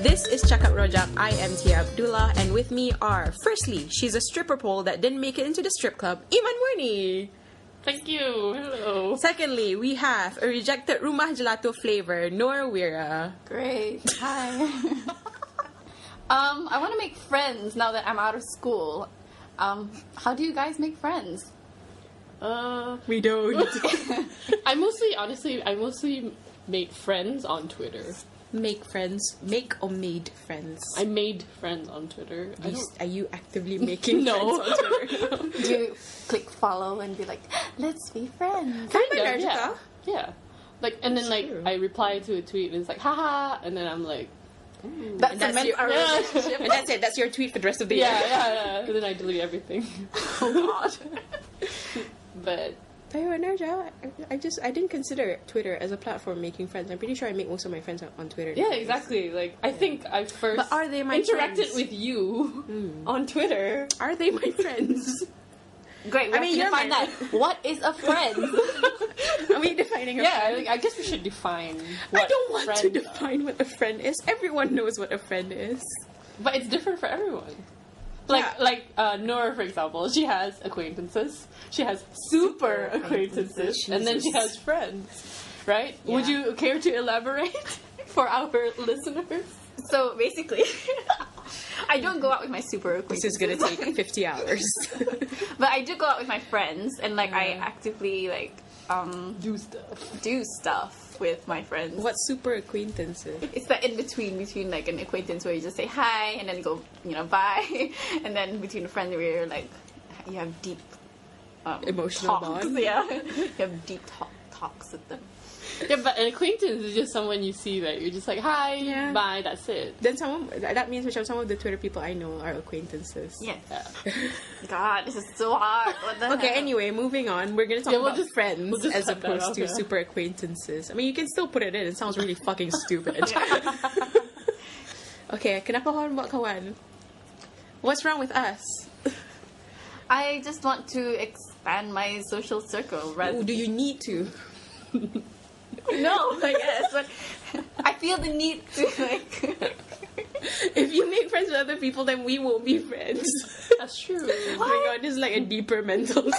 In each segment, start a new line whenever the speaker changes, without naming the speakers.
This is Checkup Rojak. I am Tia Abdullah, and with me are firstly, she's a stripper pole that didn't make it into the strip club, Iman Murni.
Thank you. Hello.
Secondly, we have a rejected rumah gelato flavor, Nora Wira.
Great. Hi. um, I want to make friends now that I'm out of school. Um, how do you guys make friends?
Uh,
We don't
I mostly, honestly, I mostly make friends on Twitter.
make friends, make or made friends.
I made friends on Twitter. I
Is-
don't-
are you actively making
No.
friends on Twitter?
Do you click follow and be like, let's be friends?
Kinda,
yeah, yeah,
Rajika.
yeah. Like, and then like
true.
I reply to a tweet and it's like, haha, and then I'm like,
That's,
That's
meant-
your, our relationship. And that's it. That's your tweet for the rest of the
yeah,
year.
yeah, yeah. And then I delete everything.
Oh God.
but
But yeah, Nerja, I, I just I didn't consider Twitter as a platform making friends. I'm pretty sure I make most of my friends on, on Twitter.
yeah, exactly. Like, I think I first
But are they my friends?
interacted
Hmm.
with you on Twitter.
Are they my friends?
Great.
I
I
mean,
mean, you
you're
find
my-
that. What is a friend?
Are we defining? A
Yeah, I,
friend?
think- I guess we should define.
I
What
don't want to
friends are.
define what a friend is. Everyone knows what a friend is.
But it's different for everyone. Like
Yeah.
like uh, Nora, for example, she has acquaintances. She has super acquaintances,
acquaintances,
and then she
Jesus.
has friends. Right? Would
Yeah.
you care to elaborate for our listeners?
so basically, I don't go out with my super acquaintances.
This is gonna take 50 hours.
But I do go out with my friends, and like I actively like um
Do stuff.
do stuff with my friends.
what super acquaintances?
It's that in between between like an acquaintance where you just say hi and then go you know bye, and then between a friend where you're like you have deep um,
Emotional
talks.
bond.
Yeah, you have deep talk, talks with them.
Yeah, but an acquaintance is just someone you see that you're just like, hi,
Yeah.
bye, that's it.
Then some of, that means which some of the Twitter people I know are acquaintances.
Yes.
Yeah.
God, this is so hard. What the
Okay,
hell?
anyway, moving on. We're gonna talk
Yeah, we'll
about
just-
friends
we'll just
as
cut that
opposed
out,
to
yeah.
super acquaintances. I mean, you can still put it in. It sounds really fucking stupid. okay, kenapa hormat kawan? What's wrong with us?
I just want to expand my social circle. Rather,
Ooh, do you need to?
no, I guess, but I feel the need to like.
If you make friends with other people, then we won't be friends.
That's true.
oh my god, this is like a deeper mental.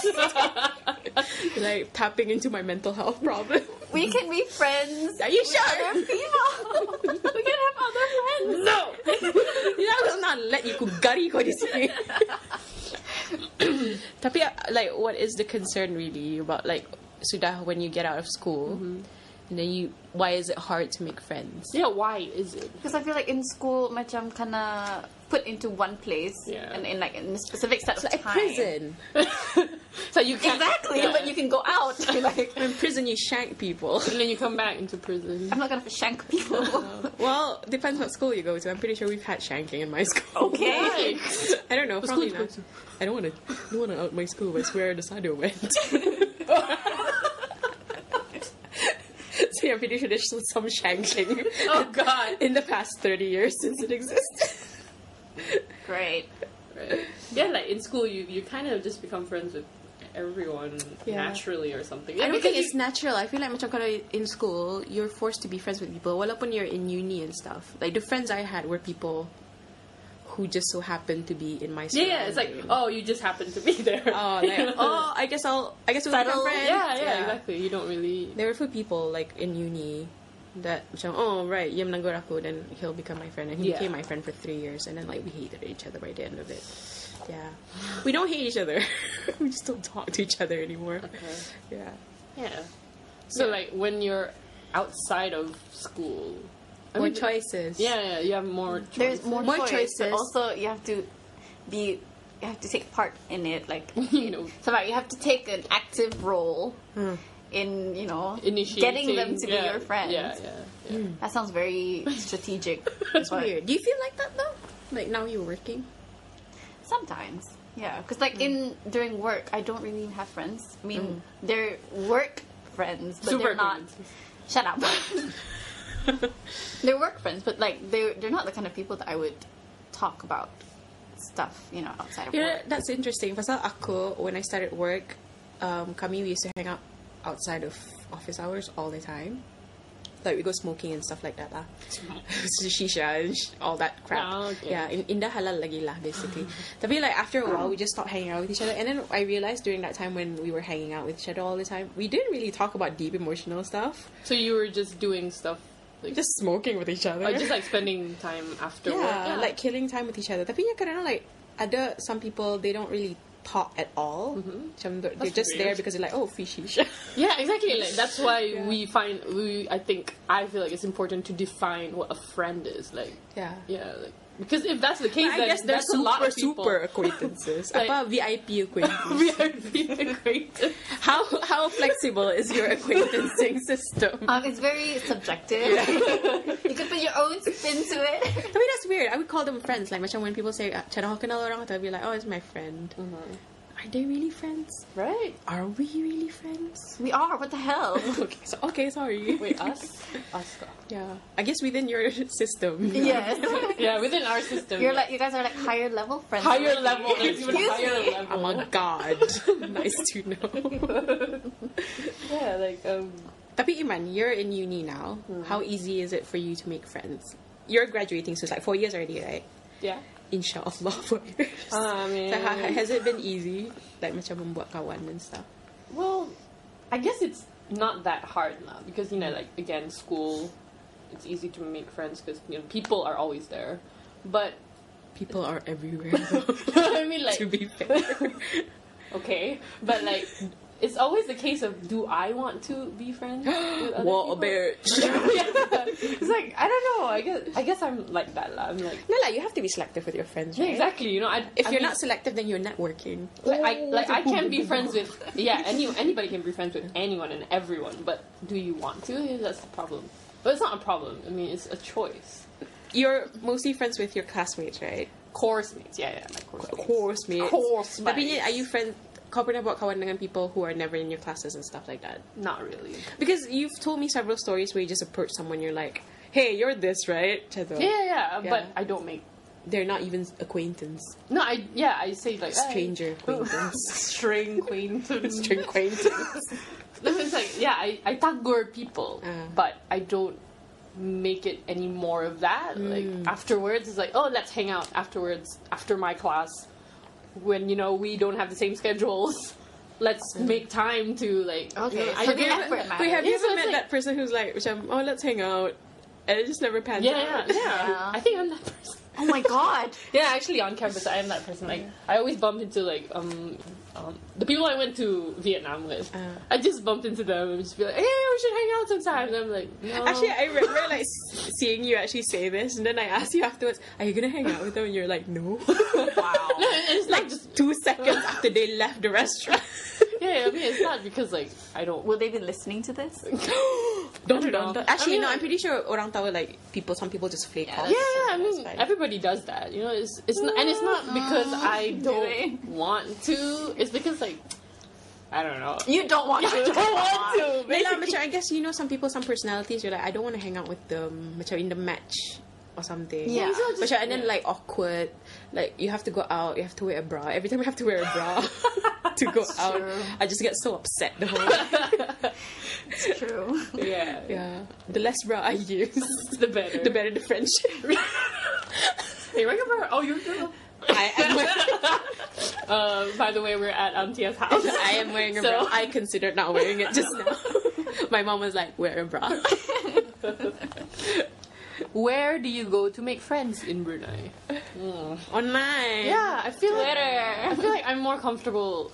like tapping into my mental health problem.
We can be friends.
Are you
with
sure?
Other people. we can have other friends.
No, you know, I will not let you gari ko di sini. Tapi uh, like, what is the concern really about like sudah when you get out of school,
Mm-hmm.
and then you why is it hard to make friends?
Yeah, why is it?
Because I feel like in school, macam kana put into one place
Yeah.
and in like in a specific set of
Like
time.
prison.
so you can't.
Exactly,
Yeah.
but you can go out. like
In prison, you shank people.
And then you come back into prison.
I'm not gonna shank people.
Uh-huh.
Well, depends what school you go to. I'm pretty sure we've had shanking in my school.
okay.
I don't know. Probably
school you
not.
go
I don't want to. I don't want to out my school. But I swear, the sado went. so yeah, I'm pretty sure there's some shanking.
Oh God!
in the past 30 years since it exists.
Great.
Right. Yeah, like in school, you, you kind of just become friends with everyone
Yeah.
naturally or something.
I
Yeah,
don't
because
think it's natural. I feel like macam kalau in school, you're forced to be friends with people. Walaupun you're in uni and stuff. Like the friends I had were people who just so happened to be in my
you,
school.
yeah, yeah, it's like oh, you just happen to be there.
oh,
You know?
like, oh, I guess I'll, I guess we'll become
Settle.
friends.
yeah, yeah, exactly. You don't really.
There were few people like in uni that macam, oh right, ia menanggur aku, then he'll become my friend, and he
Yeah.
became my friend for three years, and then like we hated each other by the end of it. Yeah, we don't hate each other. we just don't talk to each other anymore. Yeah.
Yeah.
Yeah.
So like when you're outside of school, I
more
mean,
choices.
Yeah, yeah, you have more.
Mm.
There's
Choices.
more,
More
choice,
choices.
But also, you have to be. You have to take part in it. Like
you know.
so, like, you have to take an active role.
Hmm.
In you know
Initiating,
getting them to
yeah,
be your friends.
Yeah, yeah. yeah.
Mm.
That sounds very strategic.
That's
but-
weird. Do you feel like that though? Like now you're working.
Sometimes, yeah. Because like in
Mm.
during work, I don't really have friends. I mean, they're work friends, but
Super
they're not.
acquaintances.
Shut up. they're work friends, but like they're they're not the kind of people that I would talk about stuff, you know, outside of
You know,
work.
that's interesting. Pasal aku, when I started work, um, kami we used to hang out outside of office hours all the time. Like we go smoking and stuff like that lah. Shisha and sh- all that crap.
Ah, okay.
Yeah, in indah halal lagi lah basically. Tapi like after a while we just stopped hanging out with each other and then I realized during that time when we were hanging out with each other all the time, we didn't really talk about deep emotional stuff.
So you were just doing stuff, like,
Just smoking with each other.
or Oh, just like spending time after work.
yeah, like killing time with each other. Tapi ya kadang like ada some people they don't really talk at all. Macam they're they're
That's
just
weird.
there because they're like, oh, fish shisha.
yeah, exactly. Like that's why
Yeah.
we find we. I think I feel like it's important to define what a friend is. Like
yeah.
yeah, like, because if that's the case,
I
then
guess they're
that's a lot
super
of people.
super acquaintances.
Like-
Apa VIP acquaintance?
we are being acquainted.
how how flexible is your acquaintancing system?
Um, it's very subjective. you could put your own spin to it.
I mean that's weird. I would call them friends. Like macam when people say uh, channel kenal orang, I'd be like, oh, it's my friend. Are they really friends?
Right?
Are we really friends?
We are. What the hell?
Okay, so okay, sorry.
Wait, us? us.
Yeah, I guess within your system.
yes.
Yeah, within our system.
You're like you guys are like higher level friends.
higher level. There's even
Excuse
higher
me.
level.
I'm a Oh god. nice to know.
yeah, like um.
Tapi Iman, you're in uni now. How easy is it for you to make friends? You're graduating, so it's like four years already, right?
Yeah.
Inshallah, four years.
Amin.
So ha- has it been easy? Like macam membuat kawan and stuff.
Well, I guess it's not that hard now because you know, like again, school. It's easy to make friends because you know people are always there, but
People are everywhere.
I mean, like
to be fair.
okay, but like it's always the case of do I want to be friends? With other
What a
people?
bitch.
Yeah. It's like I don't know. I guess I guess I'm like that. lah. I'm like
No, like you have to be selective with your friends,
yeah,
right?
exactly. You know, I,
If
I
you're
mean,
not selective, then you're networking.
like I like I can be friends with yeah any anybody can be friends with anyone and everyone, but do you want to? Yeah, That's the problem. But it's not a problem. I mean, it's a choice.
You're mostly friends with your classmates, right?
Course mates, yeah, yeah, my course mates.
course, mate.
Course
Tapi ni,
mates.
are you friend? Kau pernah buat kawan dengan people who are never in your classes and stuff like that?
Not really.
Because you've told me several stories where you just approach someone, you're like, "Hey, you're this, right?" Macam tu.
Yeah, yeah, yeah, but
Yeah.
I don't make.
They're not even acquaintance,
No, I yeah, I say like "Hey."
stranger acquaintance,
string acquaintance.
stranger acquaintance.
No, it's like yeah, I I tagur people,
Ah.
but I don't make it any more of that. Like afterwards, it's like oh, let's hang out afterwards after my class, when you know we don't have the same schedules. Let's make time to like. you
Okay,
know,
so the effort matters.
Wait, have you
Yeah, so
ever
it's
met
like-
that person who's like, macam, "Oh, let's hang out," and it just never pans
yeah, yeah,
out?
yeah,
Yeah.
I think I'm that person.
Oh my god.
Yeah, actually, on campus, I am that person. Like, I always bump into like um, um the people I went to Vietnam with.
Ah.
I just bumped into them and just be like, "Hey, we should hang out sometime." And I'm like, no.
Actually, I remember like s- seeing you actually say this, and then I asked you afterwards, "Are you gonna hang out with them?" And you're like, "No."
Wow.
No, it's like just
Two seconds after they left the restaurant.
yeah. I mean, it's not because like I don't.
Will they be listening to this?
Don't
I don't
don't
know.
don't. Actually,
I mean,
no. I'm
like-
pretty sure orang tahu like people. Some people just flake
Yeah,
off.
that's
yeah, yeah. I
That's
mean,
fine.
everybody does that. You know, it's it's not, and it's not because I
they?
don't want to. It's because like I don't know.
You don't want to.
want
No, lah, macam, I guess you know some people, some personalities. You're like, I don't want to hang out with them. Macam in the match or something.
Yeah. It's not
just-
Macam, and then
yeah.
like awkward. Like you have to go out. You have to wear a bra. Every time I have to wear a bra to go out,
true.
I just get so upset. The whole
It's true.
Yeah,
yeah. The less bra I use,
The better.
the better the friendship.
Hey, remember? Oh, you're girl.
I am wearing,
Uh, by the way, we're at Auntie's house.
I am wearing a bra.
So-
I considered not wearing it just now. My mom was like, wear a bra.
Where do you go to make friends in Brunei?
Online.
Yeah, I feel like I feel like I'm more comfortable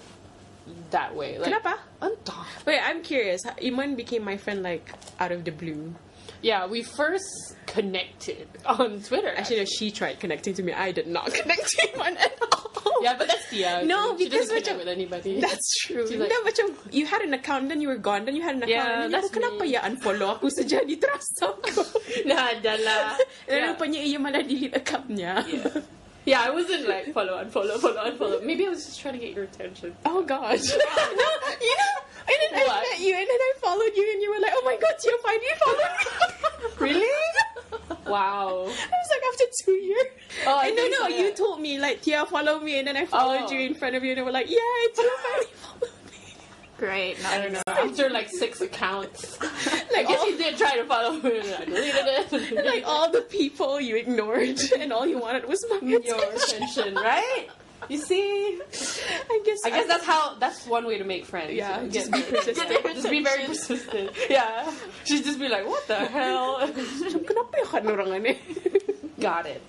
that way. Like,
Kenapa?
Entah.
Wait, I'm curious. Iman became my friend like out of the blue.
Yeah, we first connected on Twitter.
Actually, no, she tried connecting to me. I did not connect to Iman at all.
yeah, but that's Tia.
No,
she
because
doesn't connect
macam-
with anybody.
That's true.
She's like-
no, macam you had an account, then you were gone, then you had an account.
Yeah,
and then
that's
aku, kenapa
me.
ya unfollow aku saja di Trust aku?
nah, adalah.
Dan
Yeah.
rupanya ia malah delete accountnya.
yeah. Yeah, I wasn't like follow unfollow, follow unfollow. Maybe I was just trying to get your attention.
Oh god. no, you know, and then I
What?
met you, and then I followed you, and you were like, oh my god, you finally followed me.
Really? Wow.
I was like, after two years.
Oh, I
and no,
think
no,
so, yeah.
you told me, like, Tia, follow me, and then I followed
Oh.
you in front of you, and you were like, yeah, I do finally follow me.
Great. Not
I don't know. After like six accounts.
Like
I guess
all,
he did try to follow me.
like all the people you ignored and all you wanted was my
your attention, right? You see,
I guess
I guess that's how. That's one way to make friends.
Yeah,
Get-
just be persistent.
yeah, just be very persistent. Yeah, she'd just be like, "What the hell?"
Kenapa yung kan orang aneh?
Got it.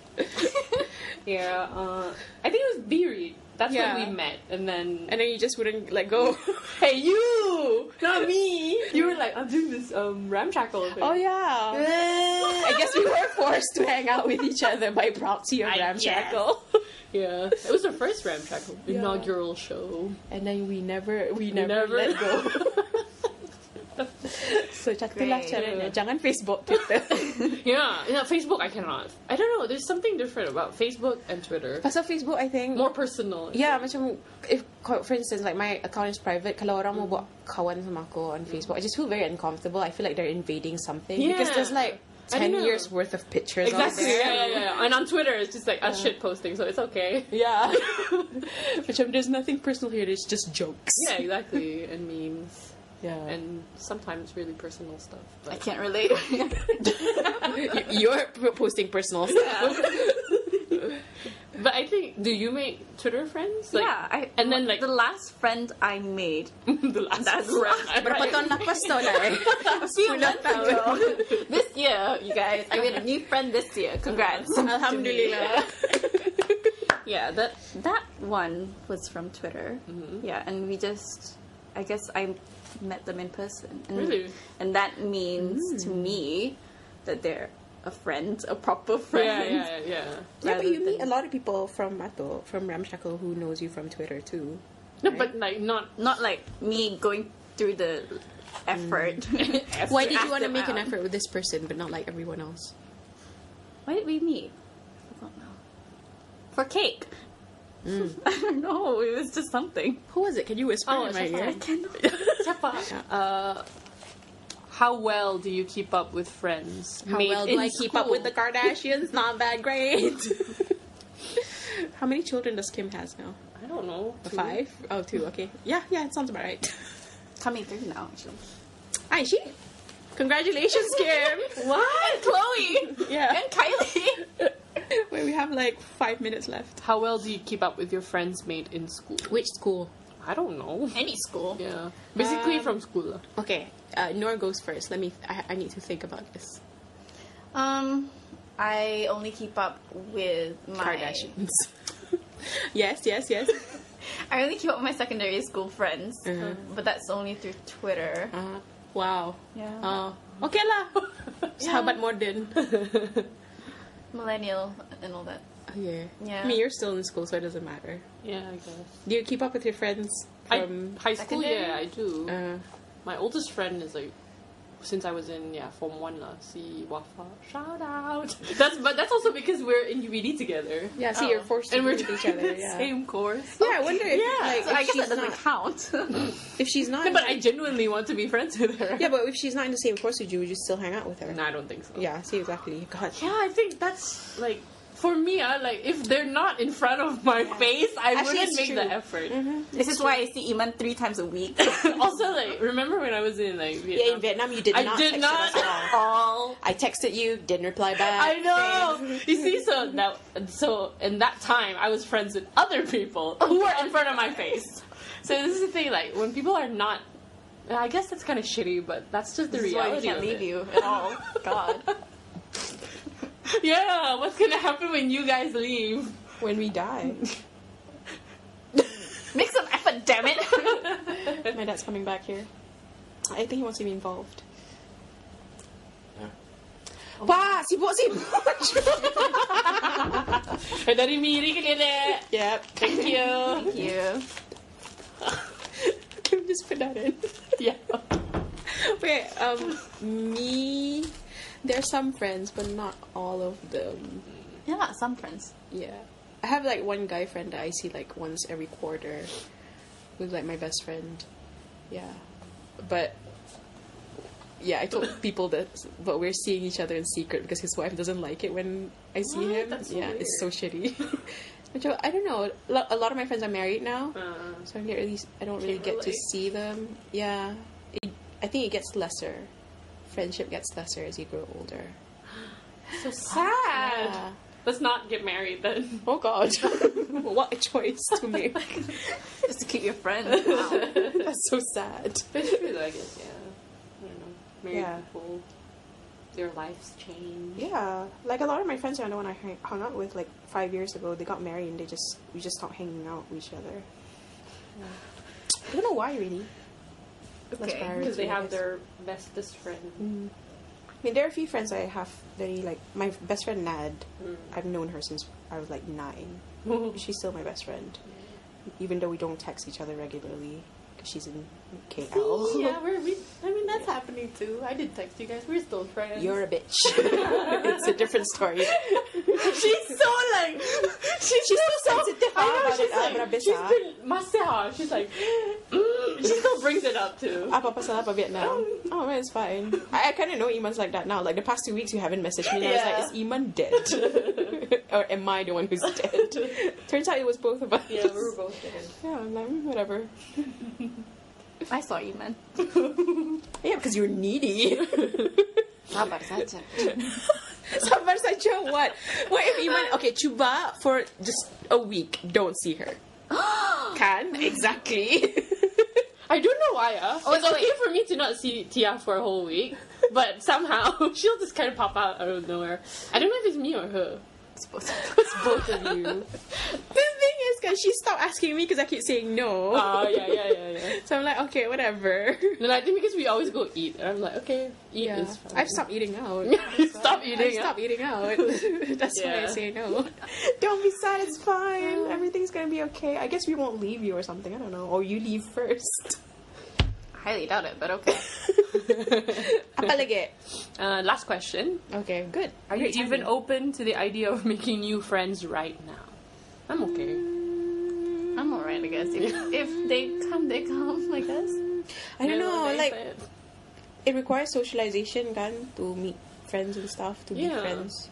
Yeah, uh, I think it was Beery. That's
Yeah.
when we met, and then
And then you just wouldn't let go.
hey, you, not me. You were like, "I'm doing this um ramshackle thing."
Oh yeah.
Eh.
I guess we were forced to hang out with each other by proxy or
I
ramshackle.
yeah. It was the first ramshackle inaugural show.
And then we never, we
We
never, let go. so catilah
Great.
caranya. Jangan Facebook, Twitter.
yeah, yeah. Facebook, I cannot. I don't know. There's something different about Facebook and Twitter.
Pasal Facebook, I think.
More personal.
Yeah, macam if co- for instance like my account is private, kalau orang mau buat kawan sama aku on Facebook, I just feel very uncomfortable. I feel like they're invading something because
Yeah.
there's like
I
ten
don't know.
years worth of pictures. on
Exactly.
there.
Yeah, yeah, yeah. And on Twitter, it's just like us shit posting, so it's okay.
Yeah. macam there's nothing personal here. There's just jokes.
Yeah, exactly. and memes
Yeah. And
and sometimes really personal stuff.
I
But
can't relate.
you're p- posting personal stuff.
but I think do you make Twitter friends? Like,
yeah, I,
and then like
the last friend I made.
the last
That's-
friend.
Berapa tahun lepas tu lah. eh?
a few
Sepuluh
months
tahun.
ago. this year, you guys, I made a new friend this year. Congrats.
Alhamdulillah.
Yeah, that that one was from Twitter. Yeah, and we just, I guess I met them in person. And,
Really?
And that means to me that they're a friend, a proper friend.
Yeah, yeah,
Yeah,
yeah.
but
rather
you meet a
than-
lot of people from Mato, from Ramshackle, who knows you from Twitter too.
No, but like not.
Not like me going through the effort.
Why did
ask
you want to
them
make an
out.
effort with this person but not like everyone else?
Why did we meet? I don't know. For cake.
Mm.
I don't know. It was just something.
Who was it? Can you whisper
Oh,
in my
it's
ear?
I cannot.
Siapa? Uh, how well do you keep up with friends?
How
made
well do
in
I keep up
school?
with the Kardashians? Not that great. How many children does Kim has now?
I don't know. two?
Five? Oh, two. Okay. Yeah, yeah. It sounds about right.
Coming through now, actually.
Hi, she. Congratulations, Kim.
What? Chloe
yeah.
and Kylie.
Wait, we have like five minutes left.
How well do you keep up with your friends made in school?
Which school?
I don't know.
Any school.
Yeah. Basically
Um,
from school. lah.
Okay, uh, Nor goes first. Let me. I, I need to think about this.
Um, I only keep up with my.
Kardashians. yes, yes, yes.
I only keep up with my secondary school friends,
Mm-hmm.
um,
Mhm.
but that's only through Twitter. Um,
Uh, wow.
Yeah.
Oh, okay lah. So How about modern?
Millennial and all that.
Okay. I
Yeah.
mean, you're still in school, so it doesn't matter.
Yeah, I guess.
Do you keep up with your friends from?
I, high school,
secondary?
yeah, I do.
uh,
My oldest friend is like, since I was in yeah form one lah, si Wafa. Shout out. That's but that's also because we're in UBD together,
yeah. See,
Oh.
you're forced to
and we're
be
doing
with each other.
the
Yeah.
same course.
Yeah, I wonder if like
so
if
I guess
she's
that doesn't
not
count.
if she's not.
No, but I genuinely want to be friends with her.
yeah, but if she's not in the same course with you, would you still hang out with her?
No, I don't think so.
Yeah. See, exactly. God.
Yeah, I think that's like for me. I like if they're not in front of my face, I
Actually,
wouldn't
it's
make
true. Mm-hmm.
the effort.
this is why I see Iman three times a week.
also, like remember when I was in like Vietnam?
Yeah, in Vietnam, you did
I
not.
did
text
not.
Us at all.
all
I texted you, didn't reply back.
I know. you see, so now, so in that time, I was friends with other people who were in front of my face. So this is the thing, like when people are not. I guess that's kind of shitty, but that's just the
this is why we
reality.
can't
of
leave
it.
you at all. God.
Yeah, what's gonna happen when you guys leave?
When we die,
Make some effort, damn it.
my dad's coming back here. I think he wants to be involved. Wah, sibuk sibuk.
Dari Miri ke Nenek.
Yep.
Thank you.
Thank you.
Can we just put that in?
Yeah.
Wait, um, me. There's some friends, but not all of them.
Yeah, not some friends.
Yeah. I have like one guy friend that I see like once every quarter who's like my best friend. Yeah. But yeah, I told people that but we're seeing each other in secret because his wife doesn't like it when I see
What?
him.
That's so
yeah, it's so shitty. Which I, I don't know. Lo- A lot of my friends are married now, so I get really I don't really
Can't
get to
relate.
see them. Yeah. It, I think it gets lesser friendship gets lesser as you grow older.
So sad.
Yeah.
Let's not get married then.
Oh God, what a choice to make.
Just to keep your friends. Wow.
That's so sad.
But it's true though, I guess, yeah. I don't know. Married
Yeah.
people, their lives change.
Yeah, like a lot of my friends around the one I hang, hung out with like five years ago, they got married and they just we just stopped hanging out with each other. I don't know why really. That's
Okay.
priority,
Because they
I
have
guess.
their bestest friend.
Mm. I mean, there are a few friends I have. They like my best friend Nad.
Mm.
I've known her since I was like nine.
yeah.
She's still my best friend, even though we don't text each other regularly because she's in KL.
yeah, we're, we, I mean, that's happening too. I did text you guys. We're still friends.
You're a bitch. it's a different story.
she's so like,
She's, so sensitive.
I know,
about
she's
it, ah,
like,
but a bitch,
she's
ah.
been, masaha. She's like, mm, she still brings it up too.
Apa pasal apa Vietnam?
Um,
Oh man, it's fine. I, I kind of know Iman's like that now. Like the past two weeks, you haven't messaged me. And I
Yeah.
was like, is Iman dead, or am I the one who's dead? Turns out it was both of us.
Yeah, we were both dead.
Yeah, I'm like, "Mm, whatever.
I saw you, man.
Yeah, because you're needy.
How about that?
Sabar saja what? What if Iman? Okay, cuba for just a week. Don't see her. Can exactly.
I don't know why, uh.
Oh,
it's
so
okay
wait.
for me to not see Tia for a whole week, but somehow she'll just kind of pop out out of nowhere. I don't know if it's me or her.
It's both of us.
It's both of you.
the thing is, because she stopped asking me because I keep saying no.
Oh, yeah, yeah, yeah, yeah.
So I'm like, okay, whatever.
And I think because we always go eat, and I'm like, okay, eat
Yeah.
is fine.
I've stopped eating out.
Stop
I
eating.
stop eating out. That's why I
Yeah.
say no. Don't be sad. It's fine. Everything's gonna be okay. I guess we won't leave you or something. I don't know. Or you leave first.
Highly doubt it, but okay.
Apalagi.
Uh, last question.
okay, good.
Are you even open to the idea of making new friends right now? I'm okay.
Mm,
I'm alright, I guess. If, if they come, they come, I guess.
I don't
Yeah,
know.
nice,
Like
but-
it requires socialization, kan, to meet friends and stuff, to be
Yeah.
friends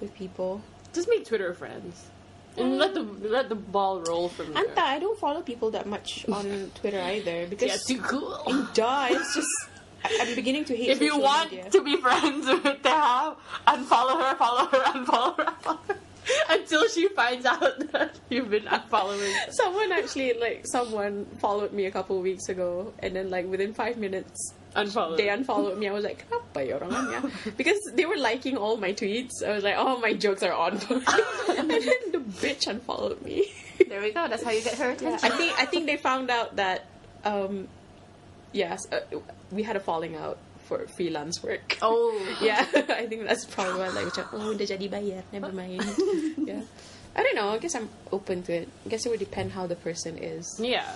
with people.
just make Twitter friends and let the
Mm.
let the ball roll from there.
Anta, I don't follow people that much on Twitter either
yeah,
because
too cool.
in duh, it's just I- I'm beginning to hate.
If you
social
want
media.
to be friends with Tab, unfollow her, follow her, unfollow her, unfollow her, until she finds out that you've been unfollowing.
Someone actually like someone followed me a couple of weeks ago, and then like within five minutes
Unfollow.
they unfollowed me. I was like, "Kenapa ya orang ni?" because they were liking all my tweets. I was like, "Oh, my jokes are on." point." and then the bitch unfollowed me.
There we go. That's how you get her attention.
I think I think they found out that, um, yes, uh, we had a falling out for freelance work.
Oh.
Yeah, I think that's probably why like macam, oh udah jadi bayar, never mind. yeah. I don't know. I guess I'm open to it. I guess it would depend how the person is,
yeah.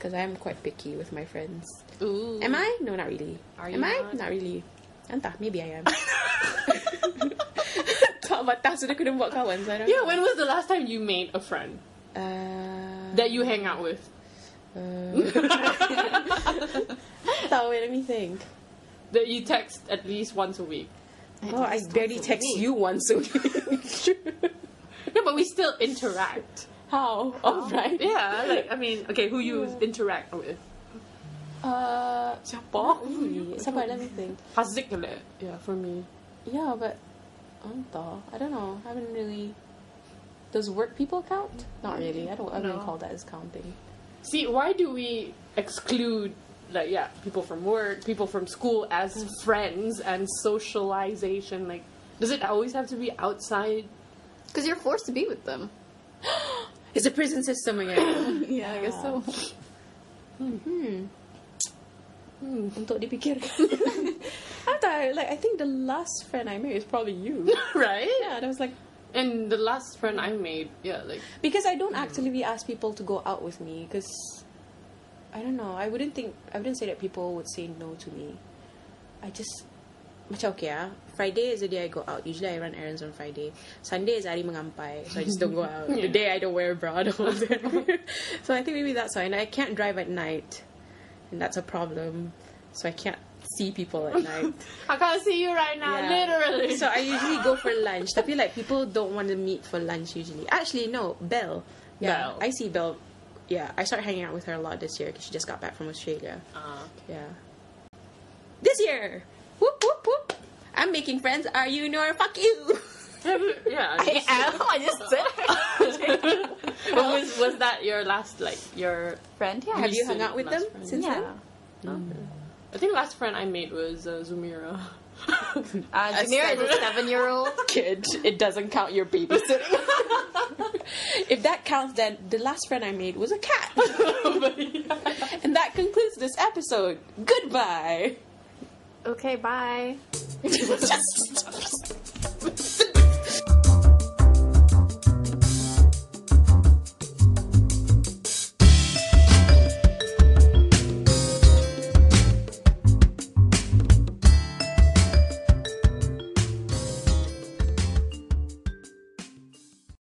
because I'm quite picky with my friends.
Ooh.
Am I? No, not really.
Are
am
you
I?
not?
Not really. Entah, maybe I am. Tak batas sudah kena buat kawan. So I don't
Yeah.
know.
When was the last time you made a friend
uh,
that you hang out with?
Uh, so wait, let me think.
That you text at least once a week.
Oh, I barely text you once a week.
No, but we still interact.
How? All right.
Yeah, like I mean, okay, who you interact with?
Uh, siapa? Really? Siapa? Let me think.
Hazik Yeah, for me.
Yeah, but entah. I don't know. I haven't really. Does work people count? Not really. I don't. I wouldn't
No.
call that as counting.
See, why do we exclude like yeah, people from work, people from school as friends and socialization? Like, does it always have to be outside?
Because you're forced to be with them.
It's a prison system again.
Yeah, I guess so.
hmm.
Hmm.
Untuk dipikirkan. Entah. Like I think the last friend I made is probably you.
right?
yeah, and I was like.
And the last friend I made, yeah, like
because I don't actively ask people to go out with me because I don't know. I wouldn't think I wouldn't say that people would say no to me. I just macam okay ah. Friday is the day I go out. Usually I run errands on Friday. Sunday is hari mengampai, so I just don't go out. The
Yeah.
day I don't wear a bra, don't go there. so I think maybe that's why. And I can't drive at night, and that's a problem. So I can't see people at night.
I can't see you right now,
Yeah.
literally.
So I usually go for lunch. Tapi like people don't want to meet for lunch usually. Actually no, Belle. Yeah,
Belle.
I see Belle. Yeah, I started hanging out with her a lot Uh-huh. this year because she just got back from Australia.
Uh,
Yeah. This year. Whoop whoop. I'm making friends. Are you nor fuck you?
yeah.
I am. I just said it.
was was that your last like your?
friend. Yeah.
Have you
Recent
hung out with
last
them
friend.
since
yeah.
then?
I think last friend I made was uh, Zumira.
Uh, Jamira is a
seven-
seven-year-old.
Kid, it doesn't count your babysitting. if that counts, then the last friend I made was a cat.
Oh
And that concludes this episode. Goodbye.
okay. Bye.
Just-